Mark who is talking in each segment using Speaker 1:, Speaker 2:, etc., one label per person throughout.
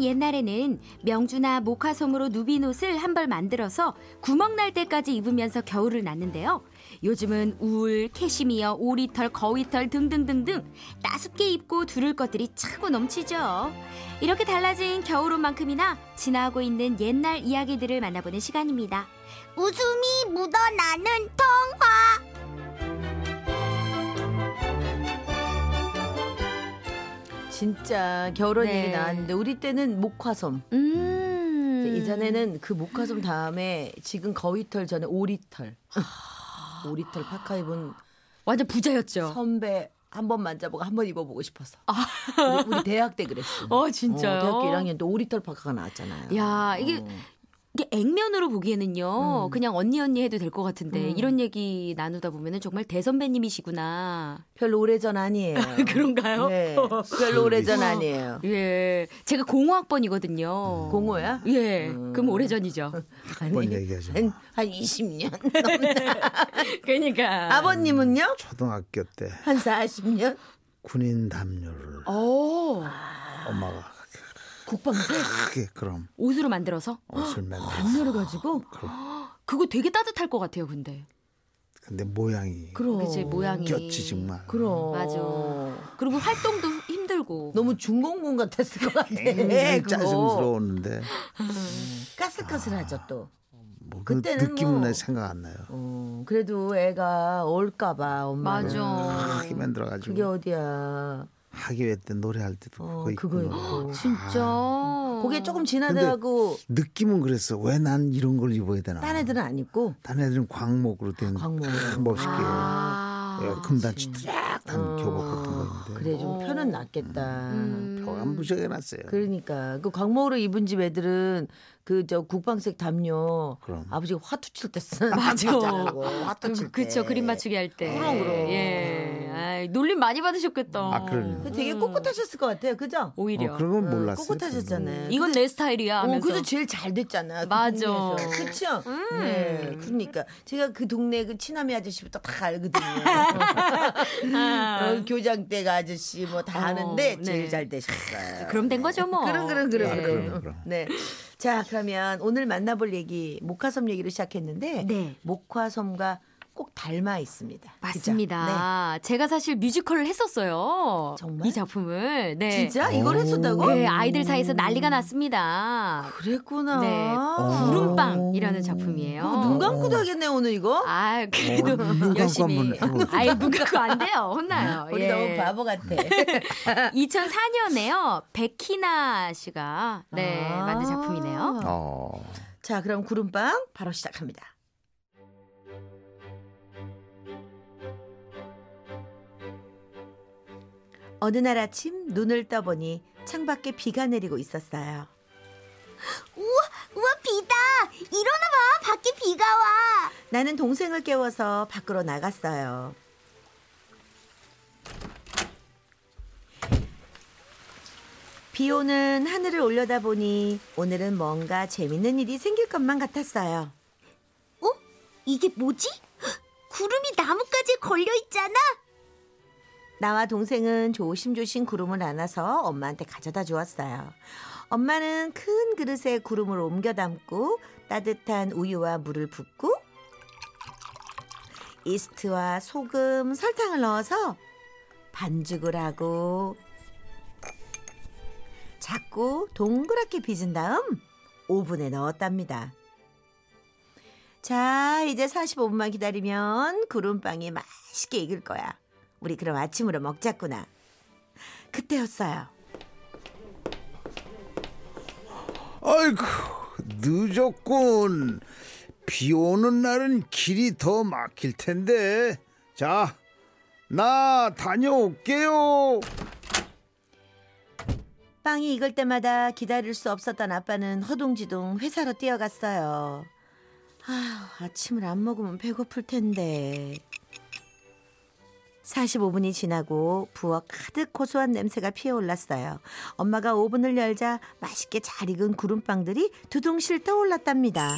Speaker 1: 옛날에는 명주나 모카솜으로 누빈 옷을 한 벌 만들어서 구멍 날 때까지 입으면서 겨울을 났는데요. 요즘은 우울, 캐시미어, 오리털, 거위털 등등등등 따숩게 입고 두를 것들이 차고 넘치죠. 이렇게 달라진 겨울옷만큼이나 지나고 있는 옛날 이야기들을 만나보는 시간입니다.
Speaker 2: 웃음이 묻어나는 통화.
Speaker 3: 진짜 결혼
Speaker 1: 네.
Speaker 3: 얘기 나왔는데 우리 때는 목화섬.
Speaker 1: 음.
Speaker 3: 이전에는 그 목화섬 다음에 지금 거위털 전에 오리털.
Speaker 1: 아.
Speaker 3: 오리털 파카 입은
Speaker 1: 완전 부자였죠.
Speaker 3: 선배 한 번 만져보고 한 번 입어보고 싶어서. 우리, 우리 대학 때 그랬어.
Speaker 1: 아. 어, 진짜요?
Speaker 3: 대학교 1학년 때 오리털 파카가 나왔잖아요.
Speaker 1: 야, 이게
Speaker 3: 어.
Speaker 1: 이게 액면으로 보기에는요,
Speaker 3: 음.
Speaker 1: 그냥 언니 언니 해도 될 것 같은데
Speaker 3: 음.
Speaker 1: 이런 얘기 나누다 보면은 정말 대선배님이시구나.
Speaker 3: 별로 오래전 아니에요.
Speaker 1: 그런가요?
Speaker 3: 네, 별로 오래전
Speaker 1: 어.
Speaker 3: 아니에요.
Speaker 1: 예, 제가 공학번이거든요.
Speaker 3: 공호야?
Speaker 1: 예,
Speaker 3: 음.
Speaker 1: 그럼 오래전이죠.
Speaker 4: 뭔 얘기하죠?
Speaker 3: 한, 한 20년 넘나.
Speaker 1: 그러니까.
Speaker 3: 아버님은요?
Speaker 4: 초등학교 때
Speaker 3: 한 40년?
Speaker 4: 군인 담요를
Speaker 3: 아. 어.
Speaker 1: 오,
Speaker 4: 엄마가
Speaker 3: 국방세?
Speaker 1: 아.
Speaker 4: 크게 그럼
Speaker 1: 옷으로 만들어서?
Speaker 4: 옷을 만들었어.
Speaker 3: 담요를 가지고?
Speaker 1: 그거 되게 따뜻할 것 같아요, 근데.
Speaker 4: 근데 모양이
Speaker 3: 그럼.
Speaker 1: 그치, 뭐 모양이.
Speaker 4: 꼈지 정말.
Speaker 3: 그럼.
Speaker 1: 맞아. 그리고 활동도 힘들고.
Speaker 3: 너무 중공군 같았을 것 같아.
Speaker 4: 예, 굉장히
Speaker 3: 예, 그거.
Speaker 4: 짜증스러웠는데
Speaker 3: 까슬까슬하죠 또.
Speaker 4: 뭐 그
Speaker 3: 그때는
Speaker 4: 느낌은
Speaker 3: 뭐-
Speaker 4: 생각 안 나요.
Speaker 3: 어, 그래도 애가 올까봐 엄마.
Speaker 1: 맞아.
Speaker 4: 크게 만들어가지고
Speaker 3: 그게 어디야.
Speaker 4: 학예회 때 노래할 때도
Speaker 3: 어,
Speaker 4: 그거
Speaker 3: 그거
Speaker 4: 입고
Speaker 3: 입고.
Speaker 4: 노래하고.
Speaker 1: 진짜.
Speaker 4: 아,
Speaker 3: 그게 조금 지나다하고
Speaker 4: 느낌은 그랬어. 왜 난 이런 걸 입어야 되나?
Speaker 3: 딴 애들은 안 입고.
Speaker 4: 딴 애들은 광목으로 된
Speaker 3: 광목으로.
Speaker 4: 큰 멋있게
Speaker 1: 아.
Speaker 4: 예, 금단치 쫙 단 교복 같은 거인데
Speaker 3: 어,
Speaker 4: 음.
Speaker 3: 그래 좀 편은 낫겠다.
Speaker 4: 벽안 부셔게 났어요.
Speaker 3: 음. 그러니까 그 광목으로 입은 집 애들은 그 저 국방색 담요
Speaker 4: 그럼.
Speaker 3: 아버지가 화투 칠 때 쓰는
Speaker 1: 맞아.
Speaker 3: 담요라고 어, 화투 칠 때.
Speaker 1: 어. 그쵸, 그림 맞추기 할 때.
Speaker 3: 그럼, 그럼.
Speaker 1: 예. 아이, 놀림 많이 받으셨겠다.
Speaker 4: 아, 그럼요.
Speaker 3: 되게 꿋꿋하셨을 것 같아요. 그죠?
Speaker 1: 오히려.
Speaker 4: 어, 그런 건 몰랐어요.
Speaker 3: 네, 꿋꿋하셨잖아요.
Speaker 1: 이건 내 스타일이야.
Speaker 3: 어,
Speaker 1: 하면서.
Speaker 3: 그래도 제일 잘 됐잖아. 그
Speaker 1: 맞아. 음.
Speaker 3: 동네에서. 그쵸? 네. 그러니까. 제가 그 동네 그 친아미 아저씨부터 다 알거든요.
Speaker 1: 아.
Speaker 3: 어, 교장 때가 아저씨 뭐 다
Speaker 1: 어,
Speaker 3: 아는데 제일
Speaker 1: 네.
Speaker 3: 잘 되셨어요. 네.
Speaker 1: 그럼 된 거죠, 뭐.
Speaker 3: 그럼, 그럼, 그럼,
Speaker 4: 아,
Speaker 3: 그럼.
Speaker 4: 그럼, 그럼.
Speaker 3: 네. 자, 그러면 오늘 만나볼 얘기, 목화섬 얘기를 시작했는데,
Speaker 1: 네.
Speaker 3: 목화섬과 꼭 닮아 있습니다. 그죠? 네.
Speaker 1: 맞습니다. 제가 사실 뮤지컬을 했었어요.
Speaker 3: 정말?
Speaker 1: 이 작품을. 네.
Speaker 3: 진짜? 어? 음. 이걸
Speaker 4: 오.
Speaker 3: 했었다고?
Speaker 1: 네, 아이들 사이에서 난리가 났습니다.
Speaker 3: 그랬구나.
Speaker 1: 네.
Speaker 4: 어.
Speaker 1: 구름빵이라는 작품이에요.
Speaker 3: 아. 그거 눈 감고도 하겠네, 오늘 이거.
Speaker 1: 아, 그래도
Speaker 4: 어, 눈 감고
Speaker 1: 열심히.
Speaker 4: 한번 해보자.
Speaker 1: 아이, 눈 감고 안 돼요. 혼나요.
Speaker 3: 우리
Speaker 1: 예.
Speaker 3: 너무 바보 같아.
Speaker 1: 2004년에요. 백희나 씨가 네,
Speaker 3: 아.
Speaker 1: 만든 작품이네요.
Speaker 4: 어.
Speaker 3: 자, 그럼 구름빵 바로 시작합니다. 어느 날 아침 눈을 떠보니 창밖에 비가 내리고 있었어요.
Speaker 2: 우와 비다. 일어나봐. 밖에 비가 와.
Speaker 3: 나는 동생을 깨워서 밖으로 나갔어요. 비 오는 하늘을 올려다 보니 오늘은 뭔가 재밌는 일이 생길 것만 같았어요.
Speaker 2: 어? 이게 뭐지? 헉, 구름이 나뭇가지에 걸려 있잖아.
Speaker 3: 나와 동생은 조심조심 구름을 안아서 엄마한테 가져다 주었어요. 엄마는 큰 그릇에 구름을 옮겨 담고 따뜻한 우유와 물을 붓고 이스트와 소금, 설탕을 넣어서 반죽을 하고 작고 동그랗게 빚은 다음 오븐에 넣었답니다. 자, 이제 45분만 기다리면 구름빵이 맛있게 익을 거야. 우리 그럼 아침으로 먹자꾸나. 그때였어요.
Speaker 4: 어. 아이고 늦었군. 비 오는 날은 길이 더 막힐 텐데. 자, 나 다녀올게요.
Speaker 3: 빵이 익을 때마다 기다릴 수 없었던 아빠는 허둥지둥 회사로 뛰어갔어요. 아, 아침을 안 먹으면 배고플 텐데. 45분이 지나고 부엌 가득 고소한 냄새가 피어올랐어요. 엄마가 오븐을 열자 맛있게 잘 익은 구름빵들이 두둥실 떠올랐답니다.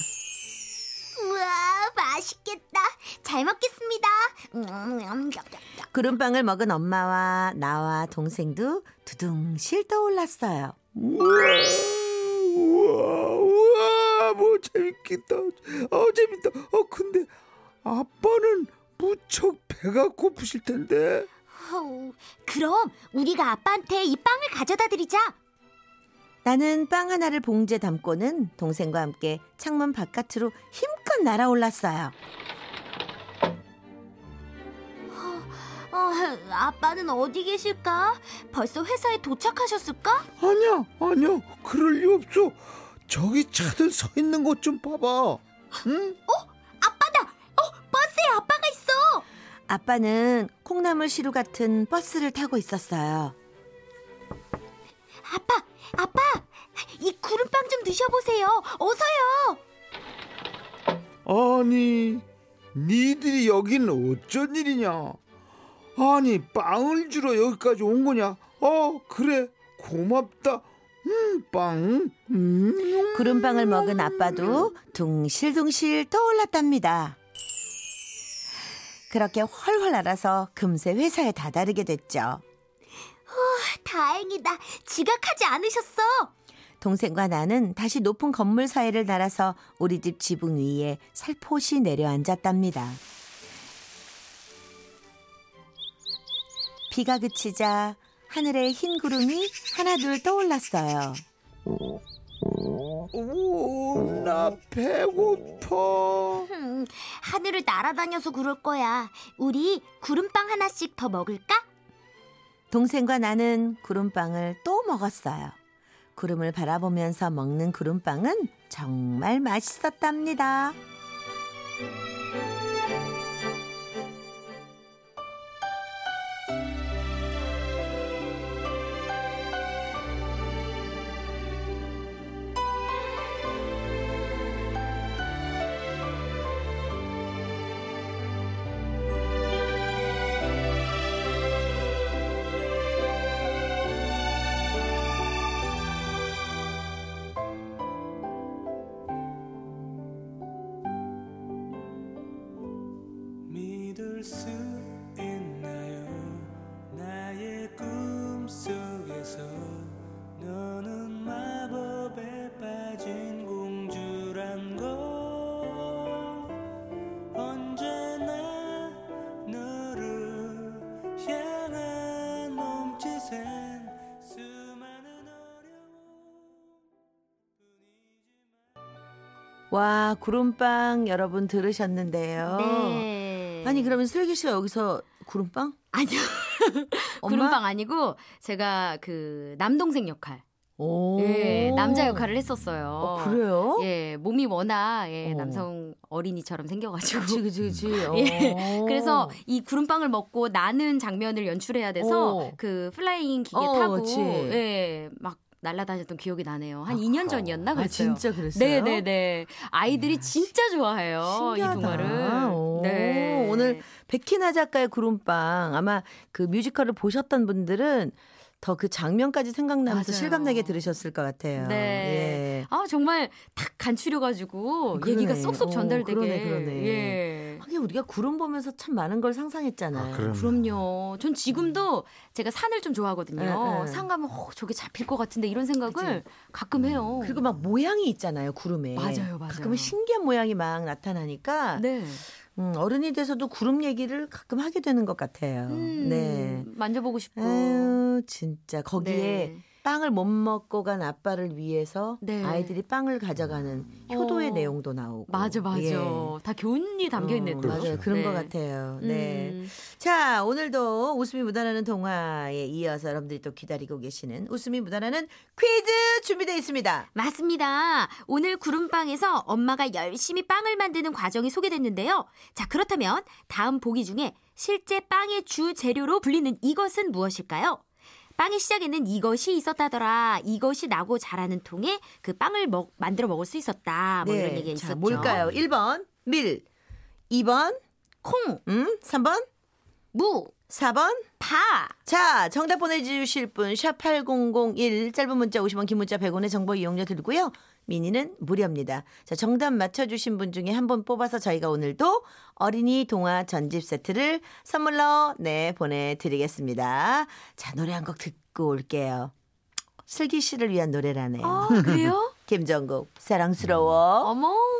Speaker 2: 우와 맛있겠다. 잘 먹겠습니다. 음, 음, 음, 야, 야, 야.
Speaker 3: 구름빵을 먹은 엄마와 나와 동생도 두둥실 떠올랐어요.
Speaker 4: 우와, 뭐 재밌겠다. 어, 재밌다. 어, 근데 아빠는 무척 배가 고프실 텐데.
Speaker 2: 어우, 그럼 우리가 아빠한테 이 빵을 가져다 드리자.
Speaker 3: 나는 빵 하나를 봉지에 담고는 동생과 함께 창문 바깥으로 힘껏 날아올랐어요.
Speaker 2: 어, 아빠는 어디 계실까? 벌써 회사에 도착하셨을까?
Speaker 4: 아니야, 아니야. 그럴 리 없어. 저기 차들 서 있는 것 좀 봐봐. 응?
Speaker 2: 아빠다! 어, 버스에 아빠가 있어!
Speaker 3: 아빠는 콩나물 시루 같은 버스를 타고 있었어요.
Speaker 2: 아빠, 아빠! 이 구름빵 좀 드셔보세요. 어서요!
Speaker 4: 아니, 니들이 여긴 어쩐 일이냐? 아니, 빵을 주러 여기까지 온 거냐? 어, 그래. 고맙다. 음, 빵. 음.
Speaker 3: 구름빵을 먹은 아빠도 둥실둥실 떠올랐답니다. 그렇게 훨훨 날아서 금세 회사에 다다르게 됐죠.
Speaker 2: 다행이다. 지각하지 않으셨어.
Speaker 3: 동생과 나는 다시 높은 건물 사이를 날아서 우리 집 지붕 위에 살포시 내려앉았답니다. 비가 그치자 하늘에 흰 구름이 하나둘 떠올랐어요.
Speaker 4: 오, 나 배고파.
Speaker 2: 음, 하늘을 날아다녀서 그럴 거야. 우리 구름빵 하나씩 더 먹을까?
Speaker 3: 동생과 나는 구름빵을 또 먹었어요. 구름을 바라보면서 먹는 구름빵은 정말 맛있었답니다.
Speaker 5: 믿을 수 있나요 나의 꿈속에서 너는 마법에 빠진 공주란 걸 언제나 너를 향한 몸짓엔 수많은 어려움
Speaker 3: 와, 구름빵 여러분 들으셨는데요.
Speaker 1: 네.
Speaker 3: 어. 아니, 그러면 슬기 씨가 여기서 구름빵?
Speaker 1: 아니요.
Speaker 3: 엄마?
Speaker 1: 구름빵 아니고 제가 그 남동생 역할.
Speaker 3: 오.
Speaker 1: 예, 남자 역할을 했었어요.
Speaker 3: 어, 그래요?
Speaker 1: 예, 몸이 워낙 예,
Speaker 3: 어.
Speaker 1: 남성 어린이처럼 생겨가지고.
Speaker 3: 그치, 그치, 그치.
Speaker 1: 예.
Speaker 3: 어.
Speaker 1: 그래서 이 구름빵을 먹고 나는 장면을 연출해야 돼서
Speaker 3: 어.
Speaker 1: 그 플라잉 기계
Speaker 3: 어,
Speaker 1: 타고
Speaker 3: 그치.
Speaker 1: 예, 막 날아다녔던 기억이 나네요. 한 2년 전이었나
Speaker 3: 아,
Speaker 1: 그랬어요.
Speaker 3: 진짜 그랬어요?
Speaker 1: 네, 네, 네. 아이들이 진짜 좋아해요.
Speaker 3: 신기하다.
Speaker 1: 이 동화를.
Speaker 3: 오,
Speaker 1: 네.
Speaker 3: 오늘 백희나 작가의 구름빵 아마 그 뮤지컬을 보셨던 분들은 더 그 장면까지 생각나면서
Speaker 1: 맞아요.
Speaker 3: 실감나게 들으셨을 것 같아요.
Speaker 1: 네.
Speaker 3: 예.
Speaker 1: 아, 정말 탁 간추려 가지고
Speaker 3: 그러네.
Speaker 1: 얘기가 쏙쏙
Speaker 3: 어,
Speaker 1: 전달되게.
Speaker 3: 그러네, 그러네.
Speaker 1: 예.
Speaker 3: 하긴 우리가 구름 보면서 참 많은 걸 상상했잖아요.
Speaker 4: 아, 그럼.
Speaker 1: 그럼요. 전 지금도 제가 산을 좀 좋아하거든요.
Speaker 3: 예, 예.
Speaker 1: 산 가면 어, 저게 잡힐 것 같은데 이런 생각을 가끔 해요.
Speaker 3: 음, 그리고 막 모양이 있잖아요, 구름에.
Speaker 1: 맞아요, 맞아요.
Speaker 3: 가끔은 신기한 모양이 막 나타나니까
Speaker 1: 네.
Speaker 3: 음, 어른이 돼서도 구름 얘기를 가끔 하게 되는 것 같아요.
Speaker 1: 음,
Speaker 3: 네.
Speaker 1: 만져보고 싶고.
Speaker 3: 아유, 진짜 거기에
Speaker 1: 어. 네.
Speaker 3: 빵을 못 먹고 간 아빠를 위해서
Speaker 1: 네.
Speaker 3: 아이들이 빵을 가져가는 효도의
Speaker 1: 어.
Speaker 3: 내용도 나오고.
Speaker 1: 맞아, 맞아.
Speaker 3: 예.
Speaker 1: 다 교훈이 담겨 있네.
Speaker 3: 어,
Speaker 1: 또.
Speaker 3: 맞아요. 그런
Speaker 1: 네.
Speaker 3: 것 같아요.
Speaker 1: 음.
Speaker 3: 네. 자, 오늘도 웃음이 묻어나는 동화에 이어서 여러분들이 또 기다리고 계시는 웃음이 묻어나는 퀴즈 준비되어 있습니다.
Speaker 1: 맞습니다. 오늘 구름빵에서 엄마가 열심히 빵을 만드는 과정이 소개됐는데요. 자, 그렇다면 다음 보기 중에 실제 빵의 주 재료로 불리는 이것은 무엇일까요? 빵의 시작에는 이것이 있었다더라. 이것이 나고 자라는 통에 그 빵을 먹, 만들어 먹을 수 있었다. 뭐 이런 얘기가
Speaker 3: 네. 자,
Speaker 1: 있었죠.
Speaker 3: 뭘까요? 1번, 밀. 2번,
Speaker 1: 콩,
Speaker 3: 음, 3번,
Speaker 1: 무,
Speaker 3: 4번,
Speaker 1: 파.
Speaker 3: 자, 정답 보내주실 분, 샵8001, 짧은 문자 50원, 긴 문자 100원의 정보 이용료 들고요. 미니는 무료입니다. 자, 정답 맞춰주신 분 중에 한 분 뽑아서 저희가 오늘도 어린이 동화 전집 세트를 선물로, 네, 보내드리겠습니다. 자, 노래 한 곡 듣고 올게요. 슬기 씨를 위한 노래라네요.
Speaker 1: 아, 그래요?
Speaker 3: 김정국 사랑스러워.
Speaker 1: 어머